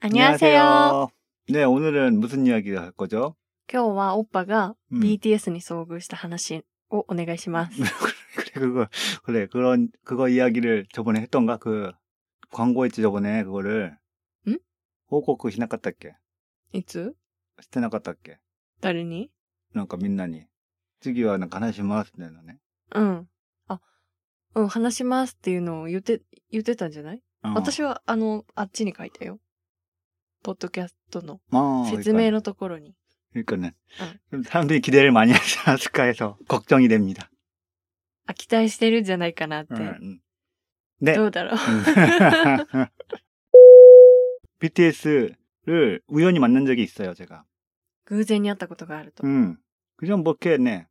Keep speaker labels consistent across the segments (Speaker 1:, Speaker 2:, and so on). Speaker 1: 안녕하세요.
Speaker 2: 네, 오늘은 무슨 이야기 할 거죠?
Speaker 1: 今日はオッパが
Speaker 2: うん
Speaker 1: BTS に遭遇した話をお願いします。
Speaker 2: 그래, 그거, 그래, 그런, 그거 이야기를 저번에 했던가? 그, 광고했지, 저번에, 그거를.
Speaker 1: 응?
Speaker 2: 호코크 히나갔다께.
Speaker 1: いつ
Speaker 2: してなかったっけ?
Speaker 1: 誰に
Speaker 2: 뭔가 그러니까 민나니. 次はなんか話しますみたいなね。
Speaker 1: うん。あ、うん、話しますっていうのを言って、言ってたんじゃない、
Speaker 2: 어,
Speaker 1: 私は、あの、あっちに書いたよ。ポッドキャストの
Speaker 2: 아,
Speaker 1: 説明のところに。
Speaker 2: 그러니까는
Speaker 1: 응.
Speaker 2: 좀 사람들이 기대를 많이 하지 않았을까 해서 걱정이 됩니다. 어,
Speaker 1: あ、期待してるんじゃないかなって。
Speaker 2: 응. 네.
Speaker 1: どうだろう。
Speaker 2: 음. BTS를 우연히 만난 적이 있어요, 제가.
Speaker 1: 偶然に会ったことがあると。
Speaker 2: 음. 그냥 뭐 이렇게 네.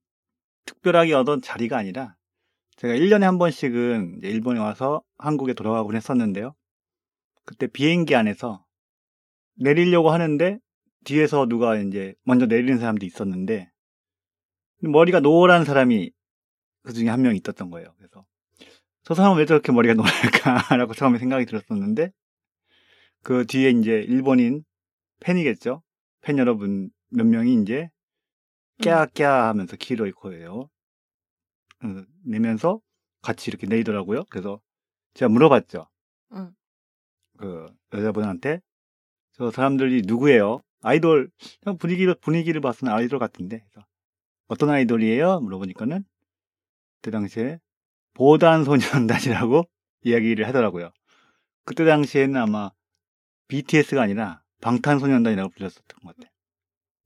Speaker 2: 특별하게 얻은 자리가 아니라 제가 1년에 한 번씩은 이제 일본에 와서 한국에 돌아가곤 했었는데요. 그때 비행기 안에서 내리려고 하는데 뒤에서 누가 이제 먼저 내리는 사람도 있었는데 머리가 노란 사람이 그 중에 한 명 있었던 거예요. 그래서 저 사람은 왜 저렇게 머리가 노랄까라고 처음에 생각이 들었었는데 그 뒤에 이제 일본인 팬이겠죠. 팬 여러분 몇 명이 이제 깨아깨아 하면서 키로이 코예요. 어, 내면서 같이 이렇게 내리더라고요. 그래서 제가 물어봤죠.
Speaker 1: 응.
Speaker 2: 그 여자분한테 저 사람들이 누구예요? 아이돌 그냥 분위기를 분위기를 봐서는 아이돌 같은데 그래서 어떤 아이돌이에요? 물어보니까는 그때 당시에 보단 소년단이라고 이야기를 하더라고요. 그때 당시에는 아마 BTS가 아니라 방탄소년단이라고 불렸었던 것 같아요.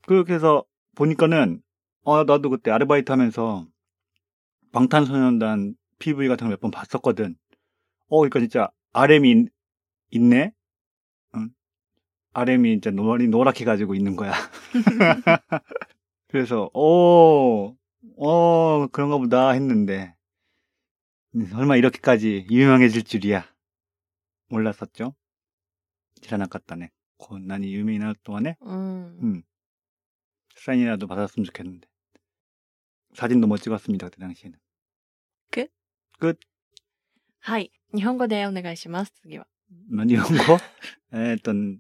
Speaker 2: 그렇게 해서 보니까는 아 나도 그때 아르바이트 하면서 방탄소년단 PV 같은 걸 몇 번 봤었거든. 어, 그러니까 진짜 RM이 있, 있네. 응? RM이 진짜 노란이 노랗게 가지고 있는 거야. 그래서 오, 어 그런가 보다 했는데 음, 설마 이렇게까지 유명해질 줄이야. 몰랐었죠. 지라나 같다네. 난이 유명한 동안에
Speaker 1: うん。
Speaker 2: 사인이라도 받았으면 좋겠는데. 사진도 못 찍었습니다, 그때 당시에는.
Speaker 1: 끝?
Speaker 2: 끝.
Speaker 1: はい。日本語でお願いします。次は。
Speaker 2: まあ日本語えーっと、1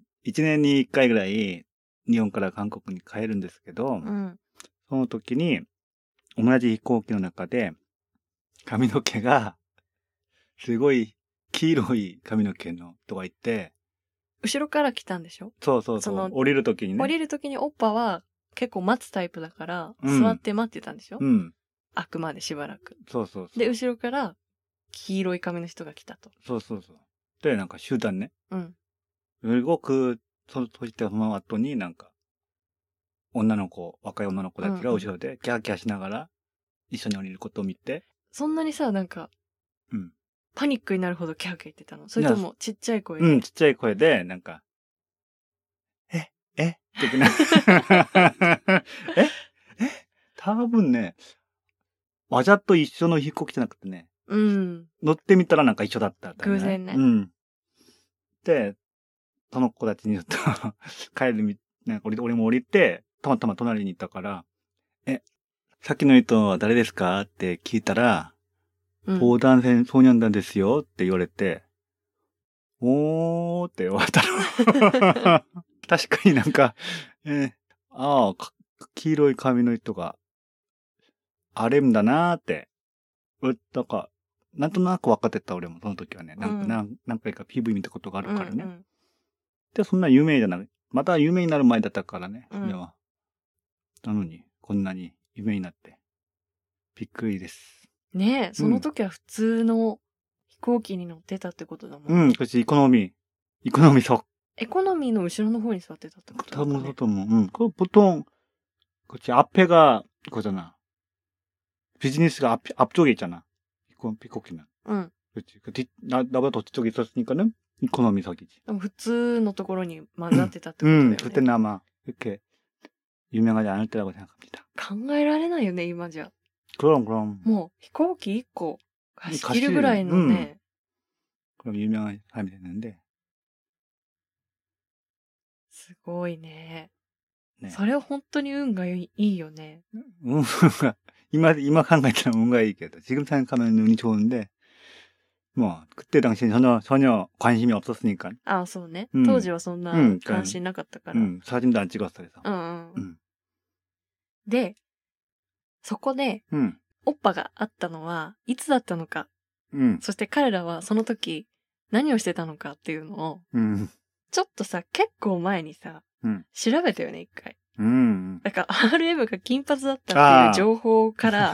Speaker 2: 年に1回ぐらい、日本から韓国に帰るんですけど、
Speaker 1: うん。
Speaker 2: その時に、同じ飛行機の中で、髪の毛 が、すごい黄色い髪の毛の人がいて、
Speaker 1: 後ろから来たんでしょ
Speaker 2: そうそう
Speaker 1: そ
Speaker 2: そ、
Speaker 1: うの
Speaker 2: 降りる時にね。
Speaker 1: 降りるときにオッパは結構待つタイプだから、
Speaker 2: うん
Speaker 1: 座って待ってたんでしょ、
Speaker 2: うん、
Speaker 1: あくまでしばらく。
Speaker 2: そうそうそう。
Speaker 1: で、後ろから黄色い髪の人が来たと。
Speaker 2: そうそうそう。で、なんか集団ね。
Speaker 1: うん。
Speaker 2: 그리고 그 소- 소식 때 그만 왔더니 뭔가 女の子,若い女の子
Speaker 1: 응,
Speaker 2: たちが
Speaker 1: 응.
Speaker 2: 後ろで 갸갸 しながら一緒に降りることを見て,
Speaker 1: そんなにさ、なんか、
Speaker 2: うん
Speaker 1: パニックになるほどキャーキャー言ってたのそれともちっちゃい声で。
Speaker 2: 음, ちっちゃい声で, 뭔가 에, 에, 그냥 에, 에, 多分ね,わざと一緒の飛行機じゃなくてね,
Speaker 1: うん。
Speaker 2: 乗ってみたらなんか一緒だった、
Speaker 1: 偶然ね
Speaker 2: うん。で、その子たちにちょっと 帰るみ、なんか俺俺も降りて、たまたま隣にいたから、え、さっきの人は誰ですかって聞いたら、
Speaker 1: うん
Speaker 2: 防弾戦ソニャン団ですよって言われて、おーって終わったの。 確かになんか、えーああ、か黄色い髪の人が、あれんだなーって。うなんか、なんとなく分かってた俺もその時はね。なんか、
Speaker 1: うん
Speaker 2: なん何回か PV 見たことがあるからね。
Speaker 1: うんうん
Speaker 2: で、そんな有名じゃない。また有名になる前だったからね、
Speaker 1: うん
Speaker 2: それは。なのに、こんなに有名になって。びっくりです。
Speaker 1: ねえ、その時は普通の飛行機に乗ってたってことだもん。
Speaker 2: うん、そしてイコノミー。イコノミーそっ
Speaker 1: エコノミーの後ろの方に座ってたってことだ
Speaker 2: 多
Speaker 1: もんね
Speaker 2: 分そうと思う。うん。これ 뭐, 음, 보통그치앞에가 그거잖아. 비즈니스가 앞 앞쪽에 있잖아. 이건 비코키는.
Speaker 1: うん。
Speaker 2: 그렇지. 그뒤나 나보다 더 뒤쪽에 있었으니까는 이코노미석이지.
Speaker 1: でも普通のところに混ざってたってことだよね。
Speaker 2: 음, 그때는 아마 이렇게 유명하지 않을 때라고 생각합니다.
Speaker 1: 考えられないよね、今じゃ。
Speaker 2: 그럼 그럼
Speaker 1: もう飛行機1個貸し切るぐらいのね、
Speaker 2: 그럼 유명한 사람이 됐는데.
Speaker 1: すごいね。
Speaker 2: 네.
Speaker 1: それは本当に運がいいよね。
Speaker 2: 음, 이마 이마 한가있잖아 뭔가 이게 지금 생각하면 운이 좋은데 뭐 그때 당시엔 전혀 전혀 관심이 없었으니까.
Speaker 1: あ、そうね
Speaker 2: うん。
Speaker 1: 当時はそんな
Speaker 2: うん
Speaker 1: 関心なかったから。うん
Speaker 2: 음, 사진도 안 찍었어 그래서.
Speaker 1: うんう
Speaker 2: うんん。
Speaker 1: で、そこで、
Speaker 2: 음,
Speaker 1: オッパがあったのは、いつだったのか、
Speaker 2: 음,
Speaker 1: そして彼らはその時、何をしてたのかっていうのを、
Speaker 2: 음,
Speaker 1: ちょっとさ、結構前にさ、
Speaker 2: うん
Speaker 1: 調べたよね、一回。
Speaker 2: 음.
Speaker 1: だから RM が金髪だった
Speaker 2: あ
Speaker 1: っ
Speaker 2: ー
Speaker 1: ていう情報 から、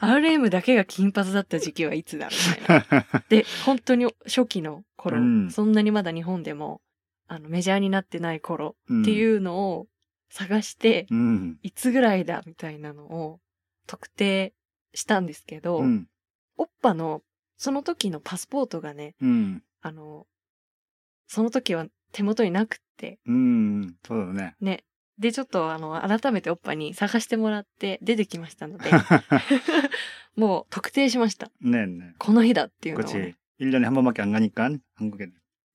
Speaker 1: RM だけが金髪だった時期はいつだみ たいな。で、本当に初期の頃、
Speaker 2: うん
Speaker 1: そんなにまだ日本でも、あの、メジャーになってない頃っていうのを探して、
Speaker 2: 음,
Speaker 1: いつぐらいだみたいなのを特定したんですけど、
Speaker 2: 음,
Speaker 1: オッパのその時のパスポートがね、
Speaker 2: 음,
Speaker 1: あの、その時は手元になくって、
Speaker 2: 음, 저도네.
Speaker 1: ね。で、ちょっとあの、改めてオッパに探してもらって出てきましたの で、もう特定しました。
Speaker 2: 네, 네.
Speaker 1: この日だっていうのをね、
Speaker 2: 그렇지. 1년에 한 번밖에 안 가니까 한국에.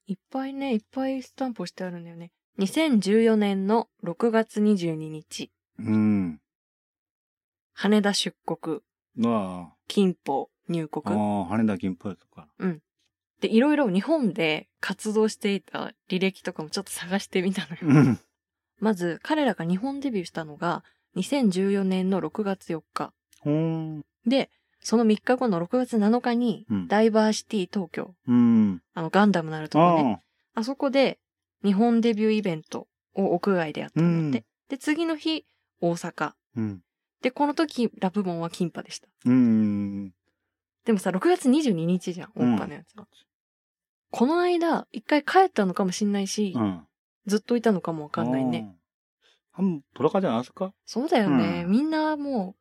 Speaker 1: いっぱいね、いっぱいスタンプ押してあるんだよね。2014年の6月22日、
Speaker 2: 음.
Speaker 1: 羽田出国、
Speaker 2: 와.
Speaker 1: 金宝入国。
Speaker 2: 어, 하네다 김포였을까.
Speaker 1: で、いろいろ日本で活動していた履歴とかもちょっと探してみたのよ。
Speaker 2: 음.
Speaker 1: まず、彼らが日本デビューしたのが、2014年の6月4日。
Speaker 2: 음.
Speaker 1: で、その3日後の6月7日に、
Speaker 2: うん
Speaker 1: ダイバーシティ東京、
Speaker 2: 음.
Speaker 1: あの、ガンダムなるとこね。
Speaker 2: 어.
Speaker 1: あそこで、日本デビューイベントを屋外でやったんだって。で、次の日、大阪。
Speaker 2: 음.
Speaker 1: で、この時、ラブモンはキンパでした。
Speaker 2: 음.
Speaker 1: でもさ、6月22日じゃん、オ
Speaker 2: うん
Speaker 1: ッパのやつは。この間、一回帰ったのかもしんないし、
Speaker 2: 어.
Speaker 1: ずっといたのかもわかんないね。
Speaker 2: 어. 한번 돌아가지 않았을까?
Speaker 1: そうだよね。
Speaker 2: うん
Speaker 1: みんなもう、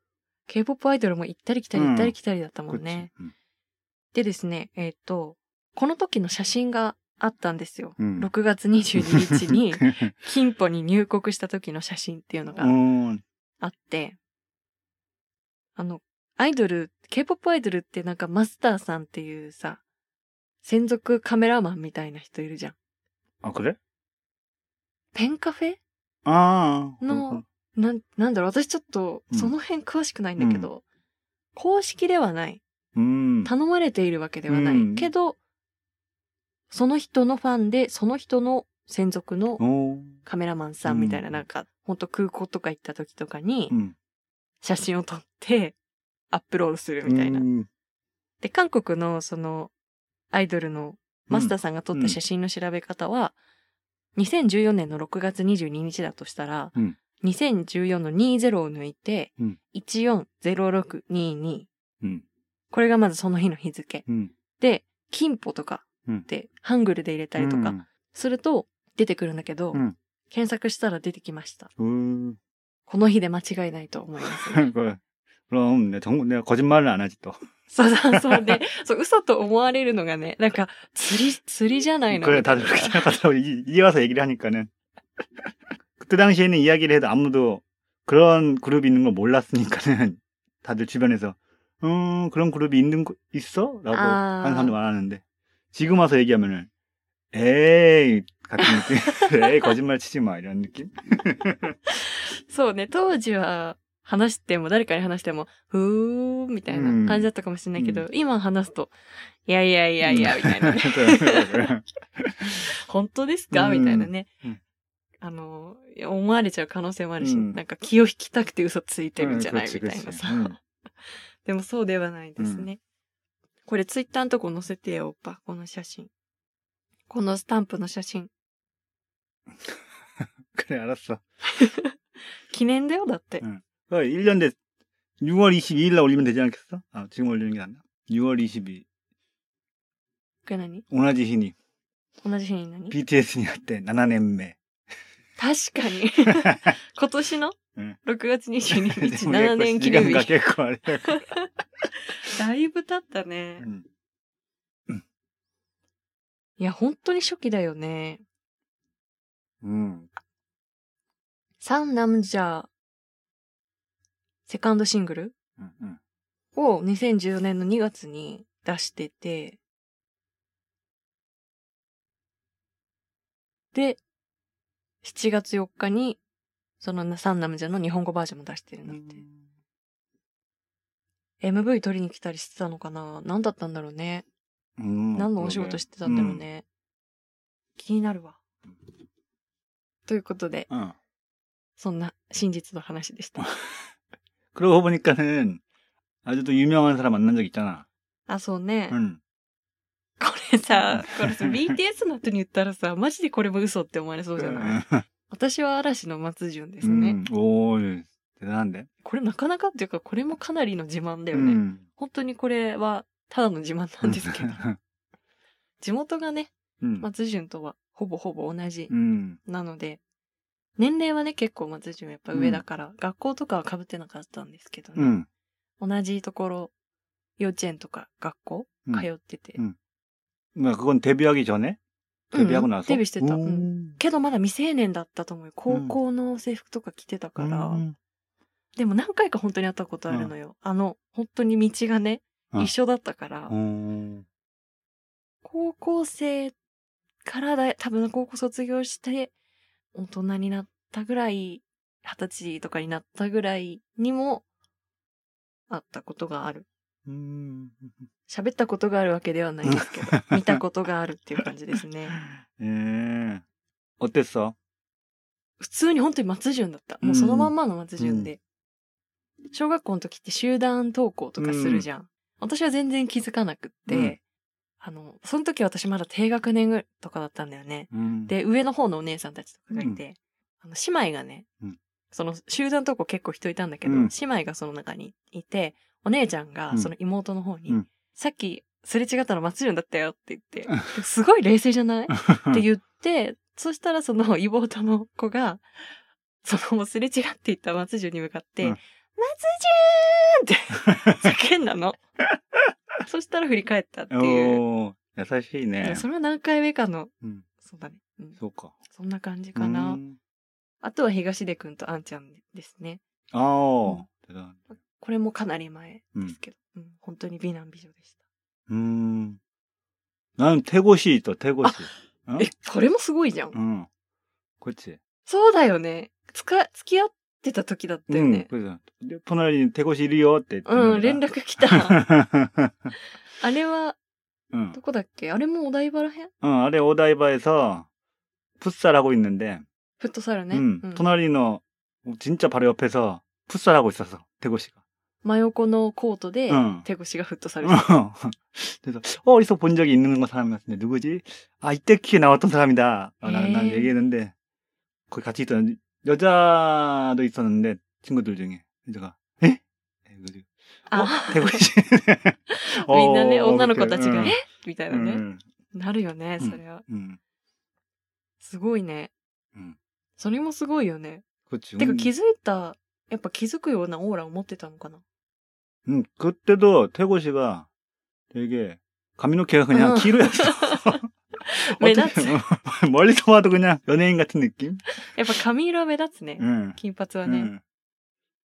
Speaker 1: K-POP アイドルも行ったり来たり
Speaker 2: うん
Speaker 1: 行ったり来たりだったもん
Speaker 2: 그렇지.
Speaker 1: ね。
Speaker 2: 음.
Speaker 1: でですね、えっ、と、この時の写真があったんですよ。
Speaker 2: 음.
Speaker 1: 6月22日 に、金庫に入国した時の写真っていうのが
Speaker 2: 어.
Speaker 1: あって、あの、アイドル、K-POP アイドルってなんかマスターさんっていうさ、専属カメラマンみたいな人いるじゃん。
Speaker 2: 아, 그래?
Speaker 1: ペンカフェ
Speaker 2: 아.
Speaker 1: 너-
Speaker 2: 그렇구나.
Speaker 1: なん、なんだろう、私ちょっと
Speaker 2: う、ん
Speaker 1: その辺詳しくないんだけど、公式ではない。
Speaker 2: 음.
Speaker 1: 頼まれているわけではない。
Speaker 2: うん
Speaker 1: けど、その人のファンで、その人の専属の
Speaker 2: 오.
Speaker 1: カメラマンさんみたいな、
Speaker 2: うん
Speaker 1: なんか、ほんと空港とか行った時とかに、
Speaker 2: 음.
Speaker 1: 写真を撮って、アップロードするみたいな。
Speaker 2: 음.
Speaker 1: で、韓国の、その、アイドルの、マスターさんが撮った写真の調べ方は、2014年の6月22日だとしたら、
Speaker 2: うん
Speaker 1: 2014の20を抜いて、
Speaker 2: うん
Speaker 1: 140622。
Speaker 2: 음.
Speaker 1: これがまずその日の日付。
Speaker 2: 음.
Speaker 1: で、金歩とか
Speaker 2: うん
Speaker 1: って、ハングルで入れたりとか
Speaker 2: 음.
Speaker 1: すると出てくるんだけど、
Speaker 2: うん
Speaker 1: 検索したら出てきました。
Speaker 2: 음.
Speaker 1: この日で間違いないと思います、ね。
Speaker 2: 그래. 그럼 내 정, 내가 거짓말을 안 하지 또.
Speaker 1: そうそうそう で、そう、嘘と思われるのがね、なんか、釣り、釣りじゃないの
Speaker 2: 그래 다들 그렇게 생각하더라고 이- 이해 와서 얘기를 하니까는 그때 당시에는 이야기를 해도 아무도 그런 그룹이 있는 걸 몰랐으니까는 다들 주변에서 음 그런 그룹이 있는 거 있어라고
Speaker 1: 아.
Speaker 2: 하는 사람도 많았는데 지금 와서 얘기하면은 에이 같은 느낌 에이 거짓말 치지 마 이런 느낌
Speaker 1: そうね、当時は話しても、誰かに話しても、ふーんみたいな感じだったかもしれないけど、
Speaker 2: う
Speaker 1: 今話すと、いやいやいやいや、みたいな ね。 本当ですか
Speaker 2: うん
Speaker 1: みたいなね
Speaker 2: うん。
Speaker 1: あの、思われちゃう可能性もあるし、
Speaker 2: うん
Speaker 1: なんか気を引きたくて嘘ついてるんじゃない
Speaker 2: 음, 그렇지, 음.
Speaker 1: みたい
Speaker 2: 그렇지.
Speaker 1: なさ。でもそうではないですね。これツイッターのとこ載せてよ、おっぱ、この写真。このスタンプの写真。
Speaker 2: 그래 알았어
Speaker 1: 記念だよ、だって
Speaker 2: う。ん 그 1년 됐 6월 22일 날 올리면 되지 않겠어? 아 지금 올리는 게 낫나? 6월 22일
Speaker 1: これ何
Speaker 2: 오나지 히니
Speaker 1: 同じ日に何
Speaker 2: BTS に会って7年目。
Speaker 1: 確か に。今年の
Speaker 2: うん
Speaker 1: 6月22日、
Speaker 2: でも結構
Speaker 1: 7年記念
Speaker 2: 時間が
Speaker 1: 日。
Speaker 2: 結構あれだから。
Speaker 1: だいぶ経った
Speaker 2: う
Speaker 1: ね。
Speaker 2: ん
Speaker 1: いや、本当に初期だよね。
Speaker 2: うん。
Speaker 1: サンナムジャー、セカンドシングル
Speaker 2: うんうん。
Speaker 1: を2014年の2月に出してて、で、7月4日に、そのサンナムジャーの日本語バージョンも出してるんだって。MV 撮りに来たりしてたのかな何だったんだろうね。
Speaker 2: 음,
Speaker 1: 何のお仕
Speaker 2: 그러게.
Speaker 1: 事してたんだろうね。気になるわ
Speaker 2: うん。
Speaker 1: ということで、
Speaker 2: 어.
Speaker 1: そんな真実の話でした。
Speaker 2: 그러고 보니까는 아주 또 유명한 사람 만난 적 있잖아. 음.
Speaker 1: あ、そうね。
Speaker 2: 응.
Speaker 1: これさ、これ さ、BTS の後に言ったらさ、マジでこれも嘘って思われそうじゃない私は嵐の松潤ですね。
Speaker 2: 음, 오, 대단한데.
Speaker 1: これなかなかっていうか、これもかなりの自慢だよね。
Speaker 2: 음.
Speaker 1: 本当にこれは、ただの自慢なんですけど。 地元がね、
Speaker 2: 음.
Speaker 1: 松潤とはほぼほぼ同じ
Speaker 2: 음.
Speaker 1: なので、年齢はね、結構松潤やっぱ上だから、学校とかは被ってなかったんですけどね。
Speaker 2: 음.
Speaker 1: 同じところ、幼稚園とか学校
Speaker 2: うん
Speaker 1: 通ってて。
Speaker 2: 뭐야, 네, 그건 데뷔하기 전에? 데뷔하고
Speaker 1: 음,
Speaker 2: 나서?
Speaker 1: 데뷔 시켰다.
Speaker 2: 오.
Speaker 1: 음. けどまだ未成年だったと思うよ。高校の制服とか着てたから。
Speaker 2: 음.
Speaker 1: でも何回か本当に会ったことあるのよ。あの、本当に道がね、
Speaker 2: うん
Speaker 1: 一緒だったから、
Speaker 2: 오.
Speaker 1: 高校生からだ、多分高校卒業して、大人になったぐらい、二十歳とかになったぐらいにも、会ったことがある。
Speaker 2: 음.
Speaker 1: 喋ったことがあるわけではないです けど、見たことがあるっていう感じですね。
Speaker 2: 예. 어땠어?
Speaker 1: 普通に本当に松潤だった。もうそのまんまの松潤で。小学校の時って集団登校とかするじゃん。私は全然気づかなくって、
Speaker 2: うん
Speaker 1: あの、その時私まだ低学年ぐらいとかだったんだよね。
Speaker 2: 음.
Speaker 1: で、上の方のお姉さんたちとかがいて、あの、姉妹がね、
Speaker 2: うん
Speaker 1: その集団登校結構人いたんだけど、
Speaker 2: うん
Speaker 1: 姉妹がその中にいて、お姉ちゃんがその妹の方に、
Speaker 2: うん
Speaker 1: さっきすれ違ったの松潤だったよって言って、すごい冷静じゃ ないって言って、そしたらその妹の子が、そのもうすれ違っていった松潤に向かって、
Speaker 2: うん
Speaker 1: 松潤って叫んだ の。そしたら振り返ったっていう。
Speaker 2: 오, 어, 야사시네.
Speaker 1: それは何回目かの、
Speaker 2: うん
Speaker 1: そうだね、うん
Speaker 2: そうか。
Speaker 1: そんな感じかな。
Speaker 2: うん
Speaker 1: あとは東出くんとあんちゃんですね。
Speaker 2: ああ、 어, 대단
Speaker 1: これもかなり前
Speaker 2: う
Speaker 1: で
Speaker 2: ん
Speaker 1: すけど、うん本当に美男美女でした。
Speaker 2: 음. 나는 태고시 있어, 태고시. 어?
Speaker 1: え、それもすごいじゃん。
Speaker 2: 응. 그렇지.
Speaker 1: そうだよね。つか、付き合ってた時だったよ
Speaker 2: 응,
Speaker 1: ね。
Speaker 2: 그래서. 토나리 태고시 이리요 때.
Speaker 1: うん、連絡来た。あれは、
Speaker 2: 응.
Speaker 1: どこだっけあれもお台場らへん
Speaker 2: 응, 아래 오다이바에서 풋살 하고 있는데,
Speaker 1: フットサルね。
Speaker 2: 응,
Speaker 1: うん
Speaker 2: 음, 토나리노 진짜 바로 옆에서 풋살 하고 있었어, 태고시가.
Speaker 1: 真横のコートで
Speaker 2: うん
Speaker 1: 手越しがフットサルしてる
Speaker 2: 그래서 어, 어디서 본 적이 있는 거 사람 같은데 누구지? 아 이때 키에 나왔던 사람이다. 어, 나는 난
Speaker 1: 에이.
Speaker 2: 얘기했는데 거기 같이 있던 여자도 있었는데 친구들 중에 여자가 에? "어, 이거지.
Speaker 1: あ
Speaker 2: 태국인.
Speaker 1: みんな
Speaker 2: 어,
Speaker 1: ね、女の子たちが、えみたいなね。
Speaker 2: 응,
Speaker 1: なるよね、
Speaker 2: うん
Speaker 1: それは。
Speaker 2: 응,
Speaker 1: すごいね。
Speaker 2: 응.
Speaker 1: それもすごいよね。
Speaker 2: 그렇지.
Speaker 1: てか
Speaker 2: 음,
Speaker 1: 気づいた、やっぱ気づくようなオーラを持ってたのかな。
Speaker 2: 음, 그때도 태고 씨가 되게 가미노케가 그냥
Speaker 1: 어.
Speaker 2: 기로였어.
Speaker 1: 왜
Speaker 2: 어떻게- 뭐, 멀리서 봐도 그냥 연예인 같은 느낌.
Speaker 1: やっぱ髪色は目立つね。
Speaker 2: 응.
Speaker 1: 金髪はね。
Speaker 2: 응.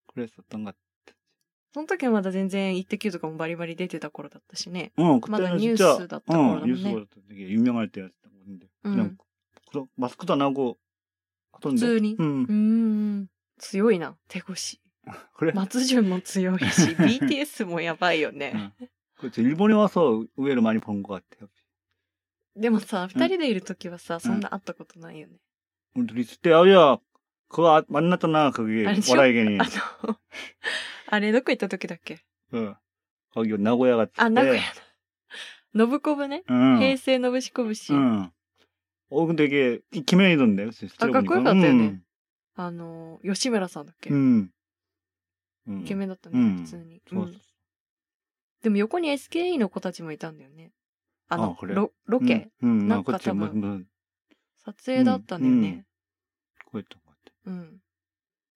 Speaker 2: 그랬었던 것 같아.
Speaker 1: その時はまだ全然、イッテ Q とかもバリバリ出てた頃だったしね。
Speaker 2: 어,
Speaker 1: 맞아,
Speaker 2: 그때는
Speaker 1: 뉴스
Speaker 2: 진짜
Speaker 1: 났던
Speaker 2: 어,
Speaker 1: 거라던데.
Speaker 2: 뉴스가 났던 되게 유명할 때였던 건데 그냥
Speaker 1: 음.
Speaker 2: 그런 마스크도 안 하고 하던데.
Speaker 1: 普通に。
Speaker 2: 음,
Speaker 1: うーん。強いな、手越し。
Speaker 2: 그래.
Speaker 1: 松潤も強い し、BTS もやばいよね。
Speaker 2: 응. 예. 그렇지. 그렇죠. 일본에 와서 의외로 많이 본 것 같아요.
Speaker 1: でもさ、二人でいる時はさ、そん
Speaker 2: う
Speaker 1: な会ったことないよね。
Speaker 2: 우리 둘이 있을 때 아야 그거 아- 만났잖아 거기
Speaker 1: 알죠? 아,
Speaker 2: 와라이겐이.
Speaker 1: あの、 あれ、どこ行った時だっけ
Speaker 2: 어. 거기 나고야 갔을 때.
Speaker 1: あ、名古屋の。信子部ね。
Speaker 2: 응.
Speaker 1: 平成のぶしこぶし。
Speaker 2: 응. 어 근데 이게 이 김현이던데.
Speaker 1: 아,
Speaker 2: 실제로 보니까.
Speaker 1: 갖고 있었대요, 네.
Speaker 2: 음.
Speaker 1: あの、吉村さんだっけ、
Speaker 2: 음. 음.
Speaker 1: イケメンだった
Speaker 2: う
Speaker 1: ね、
Speaker 2: ん
Speaker 1: 普通に、う
Speaker 2: 좋았어.
Speaker 1: んでも横に SKE の子たちもいたんだよね。あの
Speaker 2: あ、これ
Speaker 1: ロロケ、
Speaker 2: 응, 응,
Speaker 1: 나
Speaker 2: 아, 그치.
Speaker 1: 갔다
Speaker 2: 뭐,
Speaker 1: 봐.
Speaker 2: 뭐,
Speaker 1: 撮影だったんだよね。
Speaker 2: 그랬던 것 같아.
Speaker 1: うん。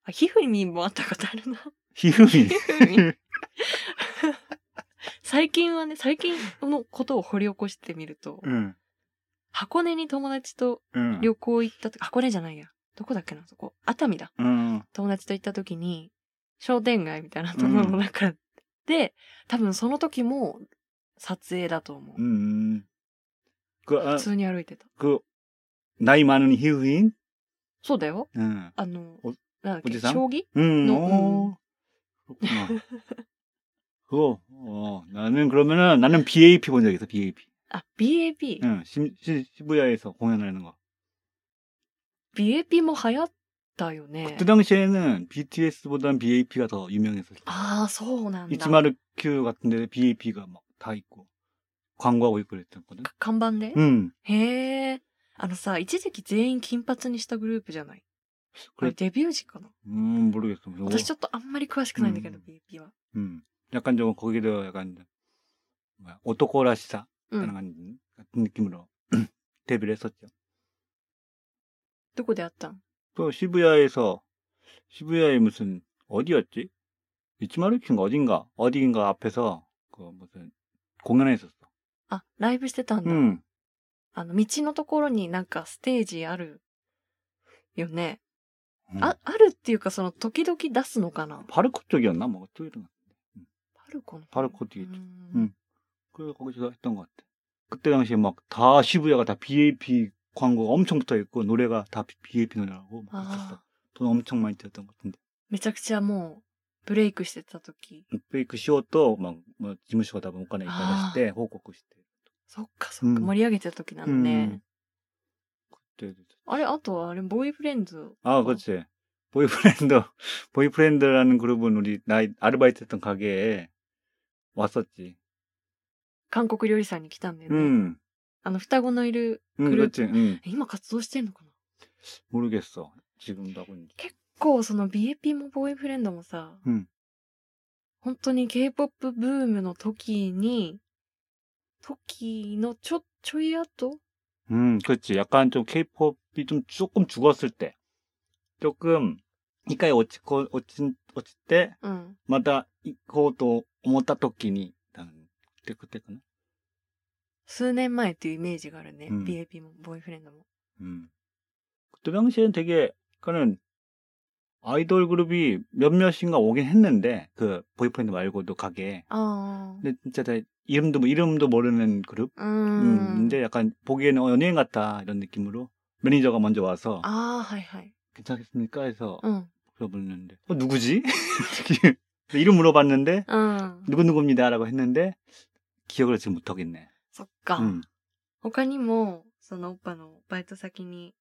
Speaker 1: あ、ひふみんも会ったことあるな。
Speaker 2: 희흠이.
Speaker 1: ひふみん。 最近はね、最近のことを掘り起こしてみると、
Speaker 2: 응.
Speaker 1: 箱根に友達と
Speaker 2: 응.
Speaker 1: 旅行行ったとき、箱根じゃないや。どこだっけな、そこ。熱海だ。
Speaker 2: 응.
Speaker 1: 友達と行った時に、商店街みたいなところの中で、多分その時も撮影だと思う。
Speaker 2: 음. 그, 아,
Speaker 1: 普通に歩いてた。
Speaker 2: 그, 나이 많은 희후인?
Speaker 1: そうだよ。
Speaker 2: 응.
Speaker 1: あの
Speaker 2: お、
Speaker 1: なんだっ
Speaker 2: お
Speaker 1: け、
Speaker 2: じさん
Speaker 1: 将棋
Speaker 2: 응,
Speaker 1: 너,
Speaker 2: 어. 그렇구나. 그거, 어, 나는 그러면은, 나는 BAP 본 적 있어, BAP.
Speaker 1: 아, BAB。
Speaker 2: 응 시- 시- 시부야에서 공연을 하는 거.
Speaker 1: BAB も流行ったよね
Speaker 2: 그때 。 당시에는 BTS보단 BAP가 더 유명했었어.
Speaker 1: ああ、そうなんだ。
Speaker 2: 이치마르큐 같은 데 BAP가 막 다 있고 광고하고 있고 그랬었거든. 음.
Speaker 1: か看板で、
Speaker 2: 응.
Speaker 1: へえ。あのさ、一時期全員金髪にしたグループじゃないこれデビュー時かな
Speaker 2: 음, 모르겠어.
Speaker 1: 私ちょっとあんまり詳しくないんだけど、
Speaker 2: うん
Speaker 1: BAP は。
Speaker 2: 음, 약간 좀 거기도 약간 뭐야, 오토코라시사
Speaker 1: う
Speaker 2: 하는
Speaker 1: ん。
Speaker 2: 건- 같은 느낌으로 데뷔를 했었죠.
Speaker 1: どこで会ったん
Speaker 2: 또 시부야에서 시부야의 무슨 어디였지? 이치마루키인가 어딘가 어디인가 앞에서 그 무슨 공연을 했었어.
Speaker 1: あ、ライブしてたんだ。
Speaker 2: 음,
Speaker 1: あの、道のところになんかステージあるよね。
Speaker 2: 음.
Speaker 1: あ、あるっていうか、その、時々出すのかな
Speaker 2: 바르코 쪽이었나 뭐 쪽이었나.
Speaker 1: パルコの
Speaker 2: パルコっていうう
Speaker 1: ん。
Speaker 2: 그래서 거기서 했던 것 같아. 그때 당시에 막 다 시부야가 다 BAP 광고가 엄청 붙어 있고 노래가 다 BAP 노래라고 막
Speaker 1: 아
Speaker 2: 있었어. 돈 엄청 많이 들었던 것 같은데.
Speaker 1: めちゃくちゃもう、ブレイクしてた時。
Speaker 2: ブレイクしようと、まあ、まあ、事務所が多分お金いっぱい出して、報告して。
Speaker 1: そっかそっか、
Speaker 2: うん
Speaker 1: 盛り上げてた時なの
Speaker 2: 음.
Speaker 1: ね。
Speaker 2: でで
Speaker 1: あれ、あとはあれ、ボーイフレンズ。
Speaker 2: 아, 그렇지. 보이프렌드, 보이프렌드라는 그룹은 우리 나이, 아르바이트 했던 가게에 왔었지.
Speaker 1: 韓国料理さんに来たんだよね。
Speaker 2: 응,
Speaker 1: あの、双子のいる、
Speaker 2: 응,
Speaker 1: 네. 그룹.
Speaker 2: 음, 그렇지. 응,
Speaker 1: え今活動してんのかな
Speaker 2: 모르겠어. 지금도 하고 있는지.
Speaker 1: 結構、その BAP もボーイフレンドもさ、
Speaker 2: うん
Speaker 1: 本当に K-POP ブームの時に、時のちょ、ちょい後
Speaker 2: 음, 그렇지. 약간 좀 케이팝이 좀 조금 죽었을 때. 조금, 이까에 어찌고, 어찌, 어찌 때,
Speaker 1: うん。
Speaker 2: 마다 이거 또, 오모타 토끼니, 그때, 그때구나.
Speaker 1: 数年前っていうイメージがあるね。
Speaker 2: うん
Speaker 1: BAP もボーイフレンドも。
Speaker 2: 음. 그때 당시에는 되게, 그는 아이돌 그룹이 몇몇인가 오긴 했는데, 그, 보이프렌드 말고도 가게에.
Speaker 1: あ
Speaker 2: 근데 진짜 다 이름도, 뭐 이름도 모르는 그룹?
Speaker 1: あ。う
Speaker 2: 음,
Speaker 1: ん。
Speaker 2: 근데 약간 보기에는 어, 연예인 같다, 이런 느낌으로 매니저가 먼저 와서,
Speaker 1: ああ、はいはい。
Speaker 2: 괜찮겠습니까? 해서
Speaker 1: うん。
Speaker 2: 물어봤는데, 어, 누구지? 이렇게 이름 물어봤는데,
Speaker 1: うん。
Speaker 2: 누구누구입니다라고 했는데, 기억을 지금 못하겠네.
Speaker 1: そっか。
Speaker 2: 음.
Speaker 1: 他にも、そのオッパのバイト先に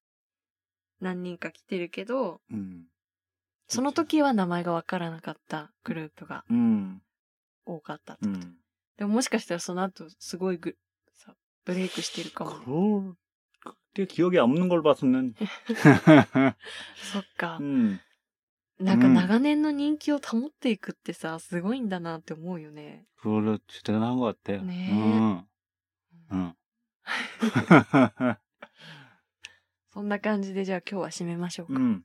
Speaker 1: 何人か来てるけど、
Speaker 2: 음.
Speaker 1: その時は名前がわからなかったグループが
Speaker 2: 음.
Speaker 1: 多かったってこと。
Speaker 2: 음.
Speaker 1: でももしかしたらその後すごいグさブレイクしてるかもね、
Speaker 2: 그, 그때 기억이 없는 걸 봐서는.
Speaker 1: そっか。
Speaker 2: 음,
Speaker 1: なんか
Speaker 2: うん
Speaker 1: 長年の人気を保っていくってさ、すごいんだなって思うよね。
Speaker 2: 그걸로 대단한 것 같아요. 어,
Speaker 1: 네.
Speaker 2: 응, 응.
Speaker 1: そんな感じでじゃあ今日は締めましょうか。
Speaker 2: 음,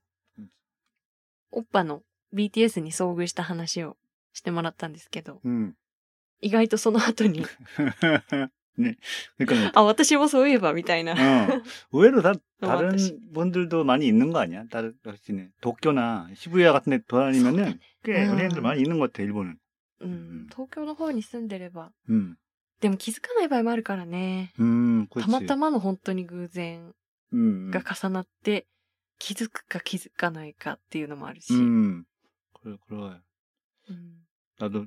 Speaker 1: オッパの BTS に遭遇した話をしてもらったんですけど、
Speaker 2: 음.
Speaker 1: 意外とその後 に、
Speaker 2: 네. 그러니까,
Speaker 1: あ、私もそういえばみたいな。
Speaker 2: 어, 의외로 다, 다른
Speaker 1: 맞다.
Speaker 2: 분들도 많이 있는 거 아니야? 다른, 역시네. 도쿄나 시부야 같은 데 돌아다니면은 꽤
Speaker 1: 음.
Speaker 2: 연예인들 많이 있는 것 같아, 일본은.
Speaker 1: うん、東京の方に住んでれば。
Speaker 2: 음,
Speaker 1: でも気づかない場合もあるからね。
Speaker 2: 음,
Speaker 1: た
Speaker 2: 그렇지.
Speaker 1: またまの本当に偶然
Speaker 2: 음, 음.
Speaker 1: が重なって、気づくか気づかないかっていうのもあるし。
Speaker 2: 음, 그래, 그래.
Speaker 1: うん、
Speaker 2: 나도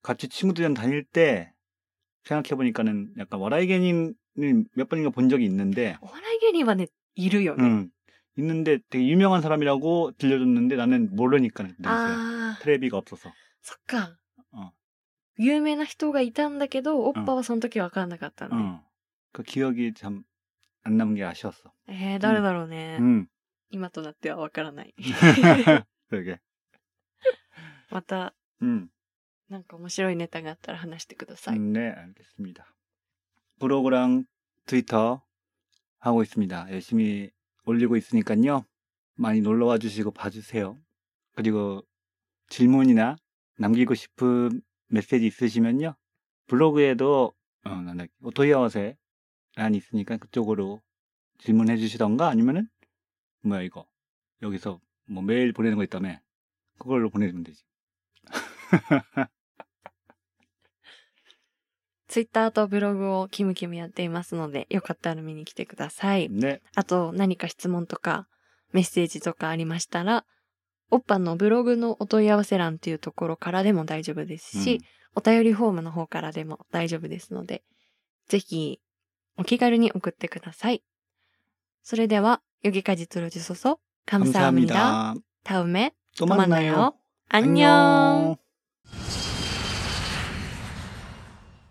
Speaker 2: 같이 친구들이랑 다닐 때 생각해보니까는 약간 와라이게님을 몇 번인가 본 적이 있는데,
Speaker 1: お笑い芸人はね、いるよね。
Speaker 2: 음, 있는데 되게 유명한 사람이라고 들려줬는데 나는 모르니까 는
Speaker 1: ああ、
Speaker 2: 트레비가 없어서. 어.
Speaker 1: そっか
Speaker 2: うん。
Speaker 1: 有名な人がいたんだけど、オッパはその時分かんなかったのね。
Speaker 2: 어. 그 기억이 참 안 남은 게 아쉬웠어.
Speaker 1: えー、誰だろうね。
Speaker 2: 음.
Speaker 1: 今となっては分からない。
Speaker 2: 그러게.
Speaker 1: また、
Speaker 2: 음.
Speaker 1: なんか面白いネタがあったら話してください。
Speaker 2: 음, 네, 알겠습니다. 블로그랑 트위터 하고 있습니다. 열심히 올리고 있으니까요. 많이 놀러와 주시고 봐주세요. 그리고 질문이나 남기고 싶은 메시지 있으시면요. 블로그에도 어, 난다, 오토이아웃에 란이 있으니까 그쪽으로 질문해 주시던가 아니면은 뭐야 이거 여기서 뭐 메일 보내는 거 있다며 그걸로 보내주면 되지.
Speaker 1: ツイッターとブログをキムキムやっていますので、よかったら見に来てください。
Speaker 2: 네,
Speaker 1: あと何か質問とかメッセージとかありましたら、オッパのブログのお問い合わせ欄っていうところからでも大丈夫ですし、
Speaker 2: 음.
Speaker 1: お便りフォームの方からでも大丈夫ですので、ぜひお気軽に送ってください.それでは여기까지
Speaker 2: 음,
Speaker 1: 들어주셔서 감사합니다. 다음에 또 만나요.
Speaker 2: 만나요.
Speaker 1: 안녕.